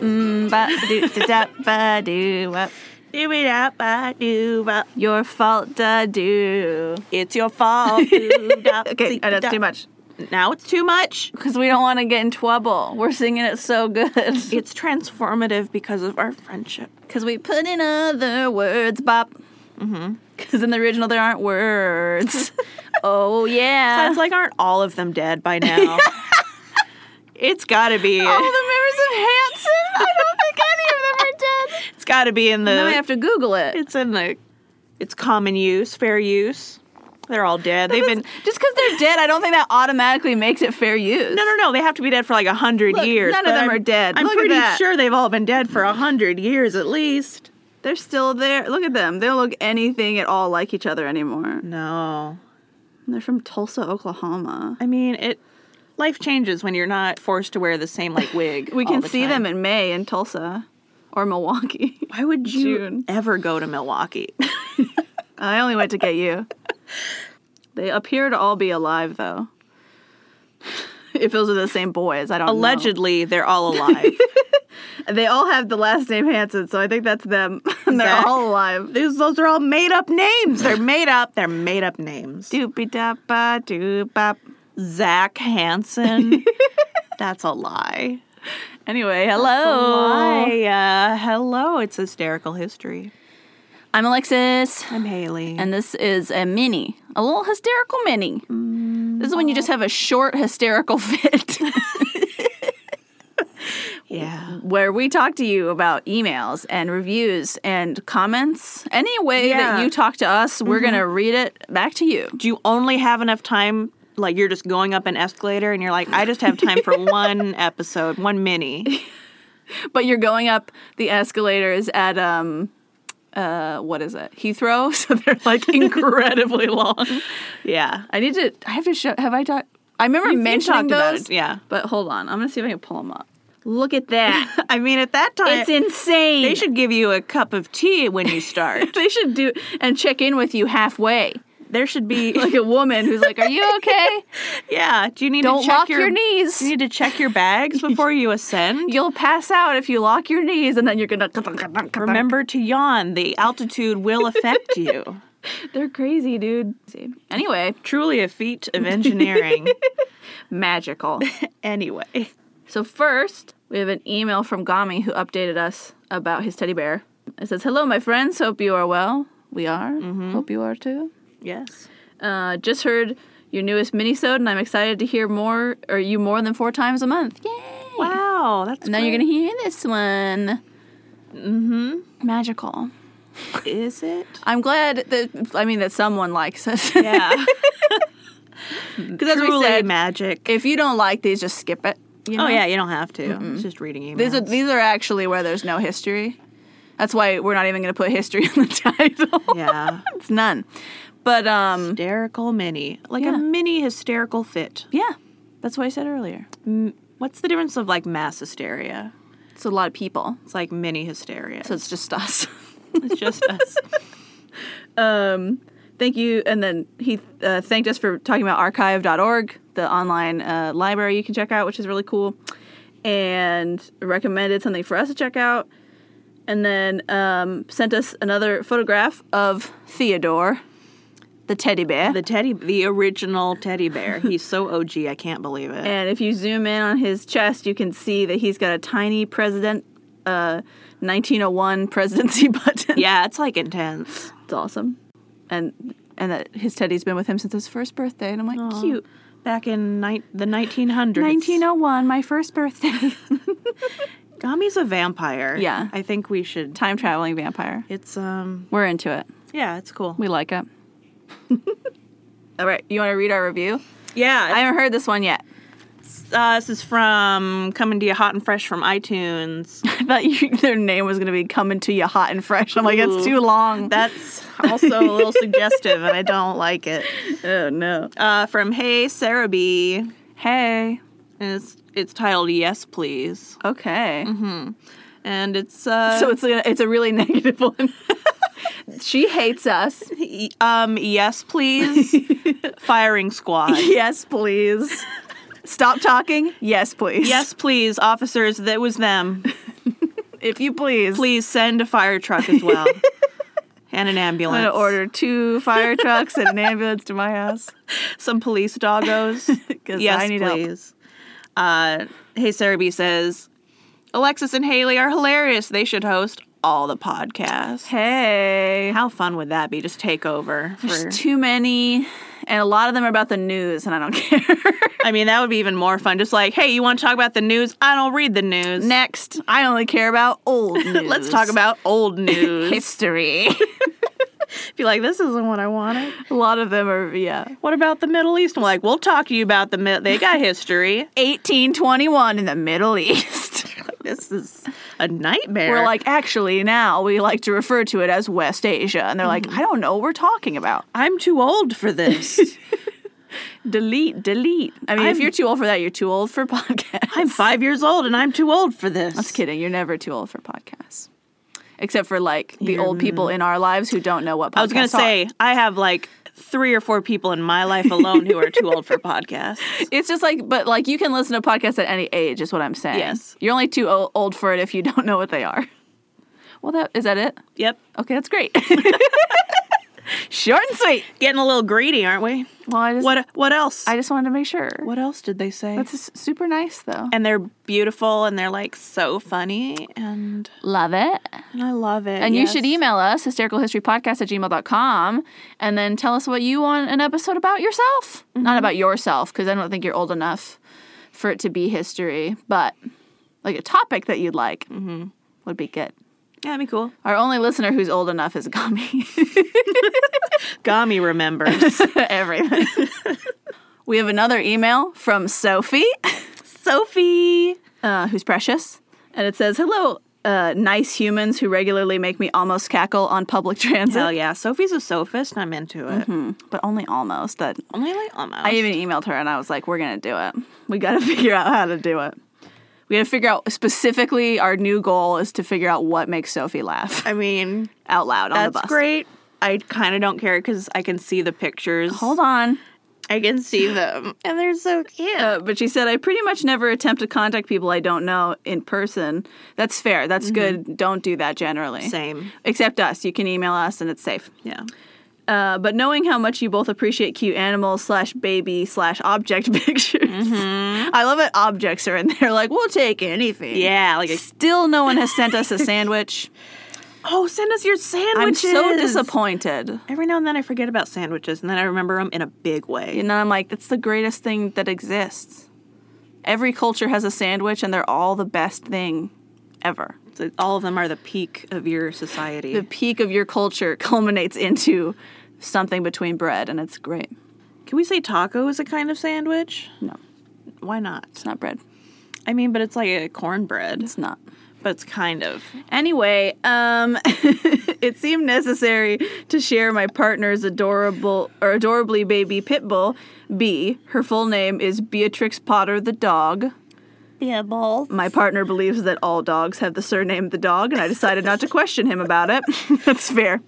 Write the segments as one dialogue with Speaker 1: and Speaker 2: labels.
Speaker 1: ba do da ba do up.
Speaker 2: Do it up, I do up.
Speaker 1: Your fault da do.
Speaker 2: It's your fault.
Speaker 1: Okay,
Speaker 2: okay,
Speaker 1: oh, that's too much.
Speaker 2: Now it's too much.
Speaker 1: Because we don't want to get in trouble. We're singing it so good.
Speaker 2: It's transformative because of our friendship.
Speaker 1: Because we put in other words, Bop.
Speaker 2: Mm-hmm.
Speaker 1: Because in the original there aren't words. oh yeah.
Speaker 2: Sounds like aren't all of them dead by now? it's gotta be.
Speaker 1: all the members of Hanson. I don't think any of them are dead.
Speaker 2: It's gotta be in
Speaker 1: Now I
Speaker 2: the.
Speaker 1: have to Google it.
Speaker 2: It's in the. It's common use, fair use. They're all dead. They've been.
Speaker 1: just because they're dead, I don't think that automatically makes it fair use.
Speaker 2: No, no, no. They have to be dead for like a hundred
Speaker 1: Look,
Speaker 2: years.
Speaker 1: none of
Speaker 2: but
Speaker 1: them
Speaker 2: I'm-
Speaker 1: are dead.
Speaker 2: I'm
Speaker 1: Look at
Speaker 2: pretty
Speaker 1: that.
Speaker 2: sure they've all been dead for a hundred years at least.
Speaker 1: They're still there. Look at them. They don't look anything at all like each other anymore.
Speaker 2: No,
Speaker 1: They're from Tulsa, Oklahoma.
Speaker 2: I mean it. Life changes when you're not forced to wear the same like wig.
Speaker 1: We
Speaker 2: all
Speaker 1: can
Speaker 2: the
Speaker 1: see
Speaker 2: time.
Speaker 1: them in May in Tulsa or Milwaukee.
Speaker 2: Why would you
Speaker 1: June.
Speaker 2: ever go to Milwaukee?
Speaker 1: I only went to get you. They appear to all be alive, though. If those are the same boys, I don't
Speaker 2: Allegedly, they're all alive.
Speaker 1: know. They all have the last name Hanson, so I think that's them. and they're
Speaker 2: Zach.
Speaker 1: all alive.
Speaker 2: These, those are all made up names. They're made up. They're made up names.
Speaker 1: Doopy da ba doop bop.
Speaker 2: Zach Hansen. That's a lie.
Speaker 1: Anyway, hello.
Speaker 2: Lie. Uh, hello. It's hysterical history.
Speaker 1: I'm Alexis,
Speaker 2: I'm Haley.
Speaker 1: and this is a mini, a little hysterical mini. This is when you just have a short hysterical fit.
Speaker 2: yeah.
Speaker 1: where we talk to you about emails and reviews and comments. Any way
Speaker 2: Yeah.
Speaker 1: that you talk to us, we're going to read it back to you.
Speaker 2: Do you only have enough time? Like you're just going up an escalator, and you're like, I just have time for one episode, one mini.
Speaker 1: But you're going up the escalators at, um, uh, what is it? Heathrow. So they're like incredibly long.
Speaker 2: Yeah.
Speaker 1: I need to, I have to show, have I talked? I remember
Speaker 2: you
Speaker 1: mentioning
Speaker 2: talked about
Speaker 1: those.
Speaker 2: it, yeah.
Speaker 1: But hold on. I'm going to see if I can pull them up. Look at that.
Speaker 2: I mean, at that time,
Speaker 1: it's insane.
Speaker 2: they should give you a cup of tea when you start.
Speaker 1: they should do and check in with you halfway.
Speaker 2: there should be,
Speaker 1: Like a woman who's like, Are you okay?
Speaker 2: yeah. Do you need
Speaker 1: Don't
Speaker 2: to check
Speaker 1: lock your knees.
Speaker 2: You need to check your bags before you ascend.
Speaker 1: You'll pass out if you lock your knees, and then you're gonna.
Speaker 2: Remember to yawn. The altitude will affect you.
Speaker 1: they're crazy, dude. See. Anyway,
Speaker 2: Truly a feat of engineering.
Speaker 1: magical.
Speaker 2: anyway,
Speaker 1: so first, we have an email from Gami who updated us about his teddy bear. It says, "Hello, my friends. Hope you are well. We are. Hope you are too.
Speaker 2: yes.
Speaker 1: Mm-hmm. Uh, just heard your newest minisode, and I'm excited to hear more or you more than four times a month. Yay!
Speaker 2: Wow, that's
Speaker 1: And now you're gonna hear this one. Mm-hmm. Magical.
Speaker 2: gonna is it?
Speaker 1: I'm glad that I mean that someone likes us.
Speaker 2: Yeah,
Speaker 1: Because as we
Speaker 2: truly
Speaker 1: said,
Speaker 2: magic.
Speaker 1: if you don't like these, just skip it. you
Speaker 2: Oh
Speaker 1: know?
Speaker 2: yeah, you don't have to. It's just reading emails.
Speaker 1: These are these are actually where there's no history. That's why we're not even going to put history in the title.
Speaker 2: yeah,
Speaker 1: it's none. But um,
Speaker 2: hysterical mini, like
Speaker 1: Yeah.
Speaker 2: a mini hysterical fit.
Speaker 1: yeah, that's what I said earlier.
Speaker 2: M- What's the difference of like mass hysteria?
Speaker 1: It's a lot of people,
Speaker 2: It's like mini hysteria.
Speaker 1: so it's just us.
Speaker 2: it's just us.
Speaker 1: um, thank you. And then he uh, thanked us for talking about archive.org, the online uh, library you can check out, which is really cool, and recommended something for us to check out. And then um, sent us another photograph of Theodore, the teddy bear.
Speaker 2: The teddy, the original teddy bear. He's so OG. I can't believe it.
Speaker 1: and if you zoom in on his chest, you can see that he's got a tiny president, uh, 1901 presidency button.
Speaker 2: yeah, it's like intense.
Speaker 1: It's awesome. And and that his teddy's been with him since his first birthday. And I'm like, cute.
Speaker 2: Back in ni- the 1900s.
Speaker 1: 1901, my first birthday.
Speaker 2: Gami's a vampire.
Speaker 1: Yeah.
Speaker 2: I think we should.
Speaker 1: Time traveling vampire.
Speaker 2: It's, um,
Speaker 1: We're into it.
Speaker 2: yeah, it's cool.
Speaker 1: We like it. All right, you want to read our review? I
Speaker 2: Yeah.
Speaker 1: haven't heard this one yet.
Speaker 2: uh, this is from coming to you hot and fresh from iTunes.
Speaker 1: I thought you, their name was going to be coming to you hot and fresh. I'm like, it's
Speaker 2: Ooh.
Speaker 1: too long.
Speaker 2: That's also a little suggestive, and I don't like it.
Speaker 1: oh no.
Speaker 2: Uh, from Hey Sarah B.
Speaker 1: Hey.
Speaker 2: And it's, it's titled Yes Please.
Speaker 1: Okay.
Speaker 2: And it's, uh,
Speaker 1: So it's a, it's a really negative one. she hates us.
Speaker 2: y- um, Yes Please Firing Squad.
Speaker 1: Yes, please. Stop talking. Yes, please.
Speaker 2: Yes, please, officers. That was them.
Speaker 1: if you please.
Speaker 2: Please send a fire truck as well. and an ambulance.
Speaker 1: I'm gonna order two fire trucks and an ambulance to my house.
Speaker 2: some police doggos.
Speaker 1: 'Cause
Speaker 2: yes,
Speaker 1: I need help.
Speaker 2: please. Uh, hey, Sarah B says, Alexis and Haley are hilarious. They should host all the podcasts.
Speaker 1: Hey,
Speaker 2: How fun would that be? Just take over. For,
Speaker 1: there's too many, and a lot of them are about the news, and I don't care.
Speaker 2: I mean, that would be even more fun. Just like, hey, you want to talk about the news? I don't read the news.
Speaker 1: Next, I only care about old news.
Speaker 2: Let's talk about old news.
Speaker 1: history.
Speaker 2: be like, this isn't what I wanted.
Speaker 1: a lot of them are yeah.
Speaker 2: What about the Middle East? I'm like, we'll talk to you about the Middle. They got history.
Speaker 1: 1821 in the Middle East.
Speaker 2: this is a nightmare.
Speaker 1: We're like, actually, now we like to refer to it as West Asia. And they're like,
Speaker 2: Mm-hmm.
Speaker 1: I don't know what we're talking about.
Speaker 2: I'm too old for this.
Speaker 1: Delete, delete. I mean, if
Speaker 2: I'm-
Speaker 1: you're too old for that, you're too old for podcasts.
Speaker 2: I'm five years old and I'm too old for this.
Speaker 1: Just kidding. You're never too old for podcasts. Except for like the old people in our lives who don't know what podcasts
Speaker 2: I was going to say, I have like three or four people in my life alone who are too old for podcasts.
Speaker 1: are. It's just like, but like you can listen to podcasts at any age, is what I'm saying.
Speaker 2: Yes.
Speaker 1: You're only too o- old for it if you don't know what they are. Well, that is that it?
Speaker 2: Yep.
Speaker 1: Okay, that's great. Short and sweet.
Speaker 2: Getting a little greedy, aren't we?
Speaker 1: Well, I just
Speaker 2: What what else?
Speaker 1: I just wanted to make sure.
Speaker 2: what else did they say?
Speaker 1: That's s- super nice though.
Speaker 2: and they're beautiful and they're like so funny and,
Speaker 1: Love it.
Speaker 2: and I love it.
Speaker 1: And
Speaker 2: yes.
Speaker 1: you should email us, hystericalhistorypodcast at gmail.com, and then tell us what you want an episode about yourself. Not about yourself, because I don't think you're old enough for it to be history, but like a topic that you'd like would be good.
Speaker 2: Yeah, that'd be cool.
Speaker 1: Our only listener who's old enough is Gami.
Speaker 2: Gami remembers.
Speaker 1: Everything. we have another email from Sophie.
Speaker 2: Sophie.
Speaker 1: uh, who's precious. And it says, Hello, uh, nice humans who regularly make me almost cackle on public transit.
Speaker 2: Hell yeah. Sophie's a sophist and I'm into it.
Speaker 1: But only almost. That
Speaker 2: Only like almost.
Speaker 1: Mm-hmm. I even emailed her and I was like, We're going to do it. We got to figure out how to do it. We got to figure out specifically our new goal is to figure out what makes Sophie laugh
Speaker 2: I mean,
Speaker 1: out loud on the
Speaker 2: that's
Speaker 1: bus.
Speaker 2: great. I kind of don't care because I can see the pictures.
Speaker 1: Hold on.
Speaker 2: I can see them, and they're so cute.
Speaker 1: Uh, but she said, I pretty much never attempt to contact people I don't know in person. That's fair. That's good. Don't do that generally.
Speaker 2: Mm-hmm. Same.
Speaker 1: Except us. You can email us and it's safe.
Speaker 2: Yeah.
Speaker 1: Uh, but knowing how much you both appreciate cute animal slash baby slash object pictures, I love it. Objects are in there. Like we'll take anything.
Speaker 2: Mm-hmm. Yeah. Like, a,
Speaker 1: Still, no one has sent us a sandwich.
Speaker 2: oh, send us your
Speaker 1: I'm
Speaker 2: sandwiches.
Speaker 1: so disappointed.
Speaker 2: Every now and then I forget about sandwiches, and then I remember them in a big way.
Speaker 1: And then I'm like, it's the greatest thing that exists. Every culture has a sandwich, and they're all the best thing ever.
Speaker 2: So all of them are the peak of your society.
Speaker 1: The peak of your culture culminates into something between bread, and it's great.
Speaker 2: Can we say taco is a kind of sandwich?
Speaker 1: No,
Speaker 2: Why not?
Speaker 1: it's not bread.
Speaker 2: I mean, but it's like a cornbread,
Speaker 1: It's not.
Speaker 2: but it's kind of.
Speaker 1: Anyway, um, it seemed necessary to share my partner's adorable or adorably baby pit bull, B. Her full name is Beatrix Potter the dog.
Speaker 2: Yeah, balls.
Speaker 1: My partner believes that all dogs have the surname the dog, and I decided not to question him about it. That's fair.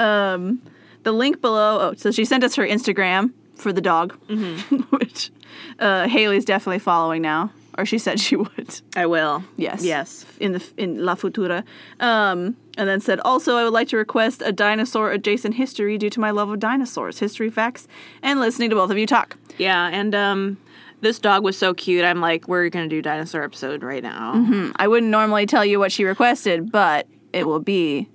Speaker 1: Um, the link below. Oh, so she sent us her Instagram for the dog, which uh, Haley's definitely following now, or she said she would
Speaker 2: I will.
Speaker 1: yes
Speaker 2: Yes.
Speaker 1: in the in la futura um and then said also i would like to request a dinosaur adjacent history due to my love of dinosaurs history facts and listening to both of you talk
Speaker 2: Yeah, and um, this dog was so cute. I'm like, we're gonna do dinosaur episode right now.
Speaker 1: i wouldn't normally tell you what she requested but it will be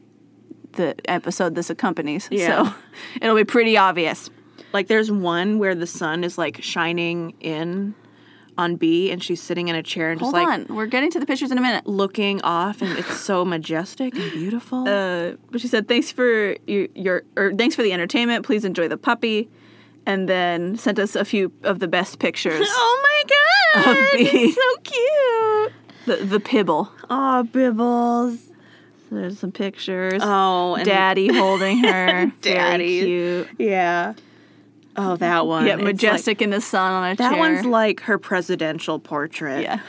Speaker 1: the episode this accompanies
Speaker 2: Yeah.
Speaker 1: so it'll be pretty obvious
Speaker 2: Like there's one where the sun is like shining in on B and she's sitting in a chair and
Speaker 1: hold
Speaker 2: just like
Speaker 1: on we're getting to the pictures in a minute
Speaker 2: looking off and it's so majestic and beautiful.
Speaker 1: uh, but she said thanks for your, your or thanks for the entertainment please enjoy the puppy and then sent us a few of the best pictures
Speaker 2: oh my god.
Speaker 1: it's
Speaker 2: so cute.
Speaker 1: the, the pibble
Speaker 2: Oh, Bibbles.
Speaker 1: There's some pictures.
Speaker 2: Oh, and
Speaker 1: Daddy holding her.
Speaker 2: Daddy.
Speaker 1: Very cute.
Speaker 2: Yeah. Oh, that one.
Speaker 1: Yeah,
Speaker 2: It's
Speaker 1: majestic in the sun on a
Speaker 2: Like, that
Speaker 1: chair.
Speaker 2: one's like her presidential portrait.
Speaker 1: yeah.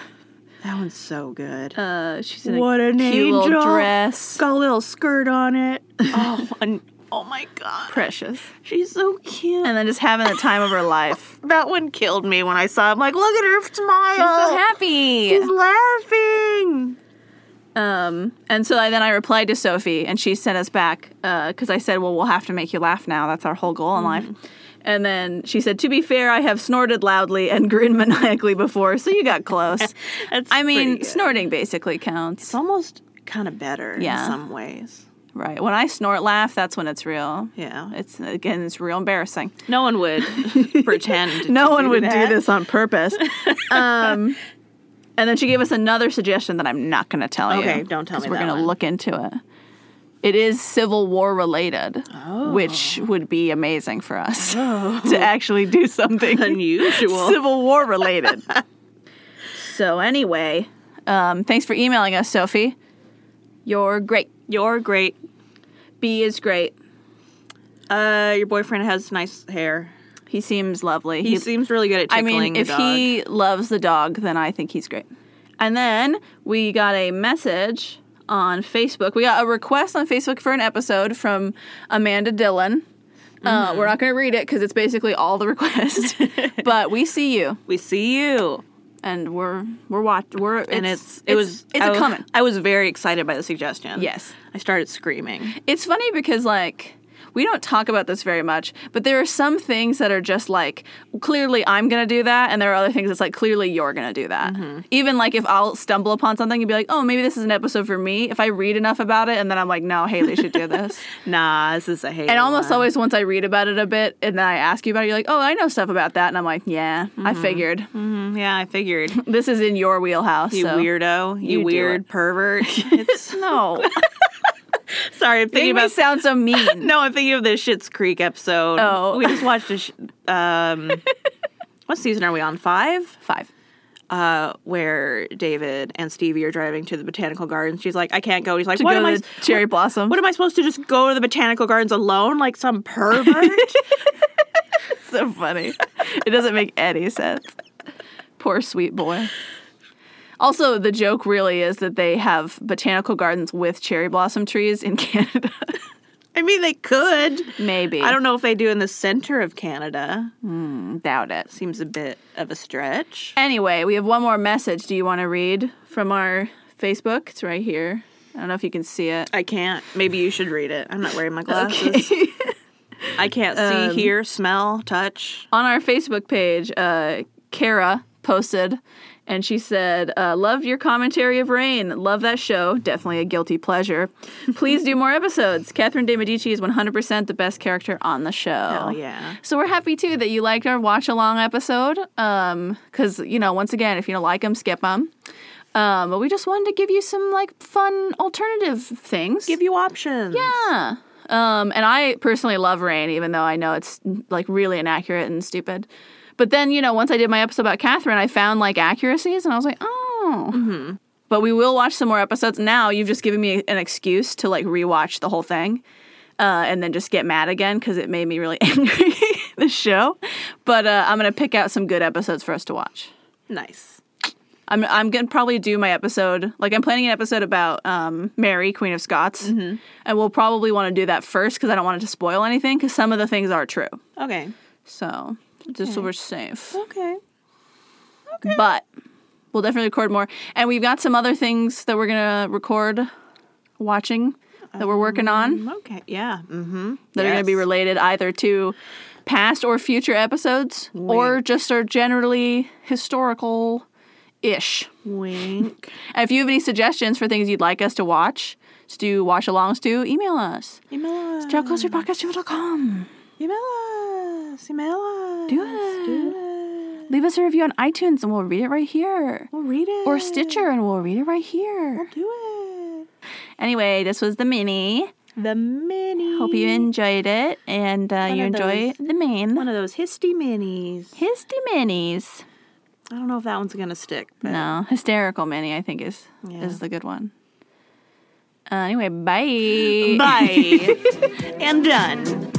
Speaker 2: That one's so good.
Speaker 1: Uh, she's in
Speaker 2: What
Speaker 1: a
Speaker 2: an
Speaker 1: cute little
Speaker 2: angel.
Speaker 1: dress.
Speaker 2: It's got a little skirt on it. Oh, and, oh my god.
Speaker 1: Precious.
Speaker 2: She's so cute.
Speaker 1: And then just having the time of her life.
Speaker 2: That one killed me when I saw
Speaker 1: Oh.
Speaker 2: him. Like, look at her smile.
Speaker 1: happy.
Speaker 2: She's laughing.
Speaker 1: um, Um, and so I, then I replied to Sophie, and she sent us back because I said, "Well, we'll have to make you laugh now. That's our whole goal in life."
Speaker 2: Mm-hmm.
Speaker 1: And then she said, "To be fair, I have snorted loudly and grinned maniacally before, so you got close.
Speaker 2: That's
Speaker 1: I
Speaker 2: pretty
Speaker 1: mean,
Speaker 2: good.
Speaker 1: snorting basically counts,
Speaker 2: It's almost kind of better
Speaker 1: Yeah.
Speaker 2: in some ways.
Speaker 1: right? When I snort laugh, that's when it's real.
Speaker 2: Yeah.
Speaker 1: It's again, it's real embarrassing.
Speaker 2: No one would pretend.
Speaker 1: no
Speaker 2: to
Speaker 1: one would
Speaker 2: that.
Speaker 1: do this on purpose. um, and then she gave us another suggestion that I'm not going to tell you.
Speaker 2: Okay, don't tell
Speaker 1: 'cause
Speaker 2: me
Speaker 1: We're
Speaker 2: that
Speaker 1: gonna
Speaker 2: one.
Speaker 1: look into it. It is Civil War related,
Speaker 2: Oh.
Speaker 1: which would be amazing for us to actually do something
Speaker 2: Unusual.
Speaker 1: Civil War related. so anyway, um, thanks for emailing us, Sophie. You're great.
Speaker 2: You're great.
Speaker 1: B is great.
Speaker 2: Uh, your boyfriend has nice hair.
Speaker 1: He seems lovely.
Speaker 2: He
Speaker 1: He-
Speaker 2: seems really good at
Speaker 1: I
Speaker 2: tickling
Speaker 1: mean,
Speaker 2: the
Speaker 1: if
Speaker 2: dog.
Speaker 1: he loves the dog, then I think he's great. And then we got a message on Facebook. We got a request on Facebook for an episode from Amanda Dillon. Uh,
Speaker 2: Mm-hmm.
Speaker 1: we're not going to read it because it's basically all the requests. but we see you,
Speaker 2: we see you,
Speaker 1: and we're we're watch we're
Speaker 2: and it's, it was
Speaker 1: it's
Speaker 2: I
Speaker 1: a
Speaker 2: was-
Speaker 1: coming.
Speaker 2: I was very excited by the suggestion.
Speaker 1: Yes.
Speaker 2: I started screaming.
Speaker 1: It's funny because like we don't talk about this very much, but there are some things that are just like clearly I'm gonna do that, and there are other things that's like clearly you're gonna do that.
Speaker 2: Mm-hmm.
Speaker 1: Even like if I'll stumble upon something and be like, oh, maybe this is an episode for me. If I read enough about it, and then I'm like, no, Haley should do this.
Speaker 2: Nah, this is a hate.
Speaker 1: and almost always once I read about it a bit, and then I ask you about it, you're like, oh, I know stuff about that, and I'm like, yeah,
Speaker 2: Mm-hmm.
Speaker 1: I figured
Speaker 2: yeah, I figured.
Speaker 1: this is in your wheelhouse.
Speaker 2: You
Speaker 1: so.
Speaker 2: weirdo. You,
Speaker 1: you do
Speaker 2: weird
Speaker 1: it.
Speaker 2: pervert. It's,
Speaker 1: No,
Speaker 2: sorry, I'm
Speaker 1: you
Speaker 2: thinking about.
Speaker 1: sound so mean.
Speaker 2: No, I'm thinking of the Shit's Creek episode.
Speaker 1: Oh.
Speaker 2: we just watched a. Sh- um, what season are we on? Five.
Speaker 1: Five.
Speaker 2: uh, where David and Stevie are driving to the botanical gardens. She's like, I can't go. He's like,
Speaker 1: To
Speaker 2: What
Speaker 1: go
Speaker 2: am
Speaker 1: to
Speaker 2: I?
Speaker 1: the cherry blossom.
Speaker 2: What am I supposed to just go to the botanical gardens alone, like some pervert?
Speaker 1: so funny. It doesn't make any sense. Poor sweet boy. Also, the joke really is that they have botanical gardens with cherry blossom trees in Canada.
Speaker 2: I mean, they could.
Speaker 1: Maybe.
Speaker 2: I don't know if they do in the center of Canada.
Speaker 1: doubt it.
Speaker 2: Seems a bit of a stretch.
Speaker 1: Anyway, we have one more message. Do you want to read from our Facebook? It's right here. I don't know if you can see it.
Speaker 2: I can't. Maybe you should read it. I'm not wearing my glasses. I can't see,
Speaker 1: Um,
Speaker 2: hear, smell, touch.
Speaker 1: on our Facebook page, uh, Kara posted, and she said, uh, "Love your commentary of Rain. Love that show. Definitely a guilty pleasure. Please do more episodes. Catherine de Medici is 100% the best character on the show.
Speaker 2: Hell Oh, yeah.
Speaker 1: So we're happy too that you liked our watch along episode. Um, because you know, once again, if you don't like them, skip them. Um, but we just wanted to give you some like fun alternative things.
Speaker 2: Give you options. Yeah.
Speaker 1: Yeah. Um, and I personally love Rain, even though I know it's like really inaccurate and stupid. But then, you know, once I did my episode about Catherine, I found like accuracies and I was like, oh. But we will watch some more episodes. Now you've just given me an excuse to like rewatch the whole thing uh, and then just get mad again because it made me really angry, the show. But uh, I'm going to pick out some good episodes for us to watch.
Speaker 2: Nice.
Speaker 1: I'm I'm gonna probably do my episode. Like I'm planning an episode about um, Mary, Queen of Scots, and we'll probably want to do that first because I don't want it to spoil anything because some of the things are true.
Speaker 2: Okay.
Speaker 1: So just so we're safe.
Speaker 2: Okay.
Speaker 1: But we'll definitely record more, and we've got some other things that we're gonna record, watching that we're working on
Speaker 2: Okay. Yeah. Mm-hmm.
Speaker 1: that are gonna be
Speaker 2: yes.
Speaker 1: related either to past or future episodes or just are generally historical ish.
Speaker 2: Wink.
Speaker 1: And if you have any suggestions for things you'd like us to watch, to do watch alongs to, email us.
Speaker 2: Email us.
Speaker 1: JoeCloserPodcast.com.
Speaker 2: Email us. Email us.
Speaker 1: Do it.
Speaker 2: Do it.
Speaker 1: Leave us a review on iTunes and we'll read it right here.
Speaker 2: We'll read it.
Speaker 1: Or Stitcher and we'll read it right here.
Speaker 2: Do it.
Speaker 1: Anyway, this was the mini.
Speaker 2: The mini.
Speaker 1: Hope you enjoyed it and uh, you
Speaker 2: of
Speaker 1: enjoy
Speaker 2: those.
Speaker 1: the main.
Speaker 2: One of those histy minis.
Speaker 1: Histy minis.
Speaker 2: I don't know if that one's gonna stick. But
Speaker 1: No, hysterical mini, I think, is,
Speaker 2: Yeah.
Speaker 1: is the good one. Uh, anyway, bye.
Speaker 2: Bye. and done.